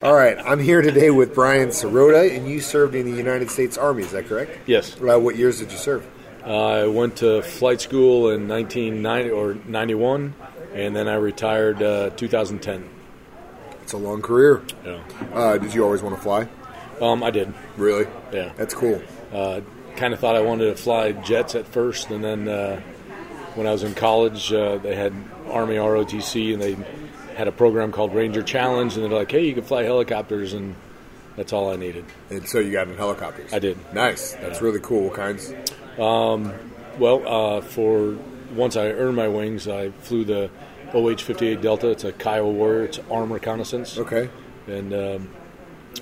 All right, I'm here today with Brian Sirota, and you served in the United States Army. Is that correct? Yes. Uh, what years did you serve? I went to flight school in 1990 or 91, and then I retired uh, 2010. It's a long career. Yeah. Uh, did you always want to fly? Um, I did. Really? Yeah. That's cool. Uh, kind of thought I wanted to fly jets at first, and then uh, when I was in college, uh, they had Army ROTC, and they had a program called Ranger Challenge, and they're like, "Hey, you can fly helicopters," and that's all I needed. And so you got in helicopters. I did. Nice. That's really cool. What kinds? Well, uh, for once I earned my wings, I flew the OH-58 Delta. It's a Kiowa Warrior. It's arm reconnaissance. Okay. And um,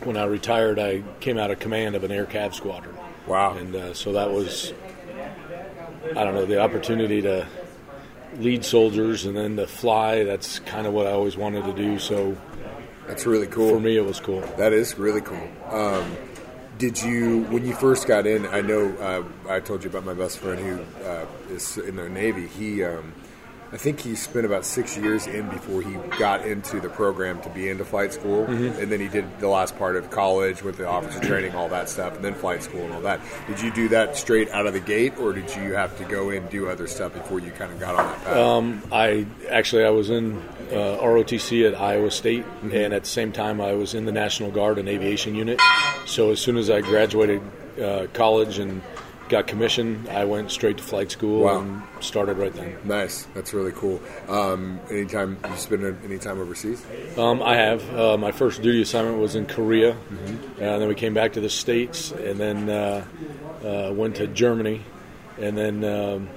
when I retired, I came out of command of an air cav squadron. Wow. And uh, so that was, I don't know, the opportunity to lead soldiers and then to fly. That's kind of what I always wanted to do. So That's really cool. for me, it was cool. That is really cool. Um, did you, when you first got in, I know uh, I told you about my best friend who uh, is in the Navy. He, um, I think he spent about six years in before he got into the program to be into flight school. And then he did the last part of college with the officer training, all that stuff, and then flight school and all that. Did you do that straight out of the gate, or did you have to go in and do other stuff before you kind of got on that path? I actually I was in uh, ROTC at Iowa State, and at the same time I was in the National Guard and Aviation Unit. So as soon as I graduated uh, college and got commissioned, I went straight to flight school Wow. and started right then. nice. That's really cool. Um, anytime you spend any time overseas? Um, I have. Uh, my first duty assignment was in Korea, and then we came back to the States, and then uh, uh, went to Germany, and then um,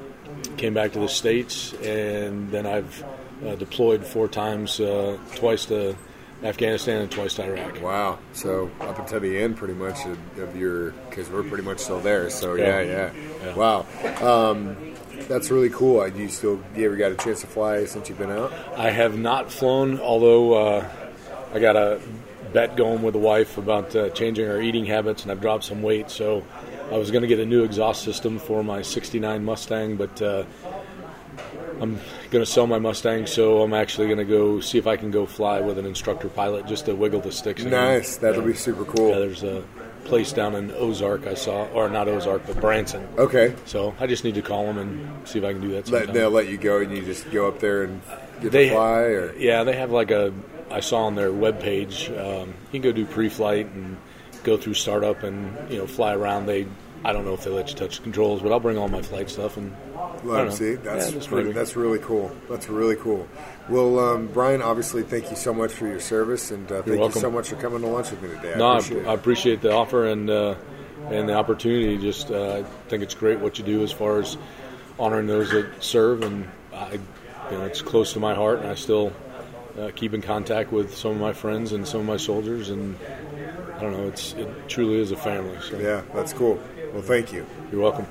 came back to the States, and then I've uh, deployed four times, uh, twice to Afghanistan and twice to Iraq. Wow. So up until the end, pretty much of, of your, because we're pretty much still there. So yeah, Yeah. yeah. Yeah. Wow. Um, that's really cool. Uh, Do you still, you ever got a chance to fly since you've been out? I have not flown, although uh, I got a bet going with the wife about uh, changing our eating habits, and I've dropped some weight. So I was going to get a new exhaust system for my '69 Mustang, but uh, I'm going to sell my Mustang, so I'm actually going to go see if I can go fly with an instructor pilot just to wiggle the sticks. and- Nice. That'll be super cool. Yeah, there's a place down in Ozark I saw, or not Ozark, but Branson. Okay. So I just need to call them and see if I can do Let, that. Sometime. they'll let you go and you just go up there and get They- to fly or? Yeah, they have like a. I saw on their webpage, um, you can go do pre-flight and go through startup and you know fly around. They, I don't know if they let you touch the controls, but I'll bring all my flight stuff and. I Let don't them know. see. That's Yeah, just pretty, maybe. that's really cool. That's really cool. Well, um, Brian, obviously, thank you so much for your service, and uh, thank you welcome. so much for coming to lunch with me today. I no, I, appreciate it. I appreciate the offer and uh, and the opportunity. Just uh, I think it's great what you do as far as honoring those that serve, and I, you know, it's close to my heart, and I still uh, keep in contact with some of my friends and some of my soldiers, and I don't know, it's it truly is a family. So yeah, that's cool. Well, thank you. you're welcome.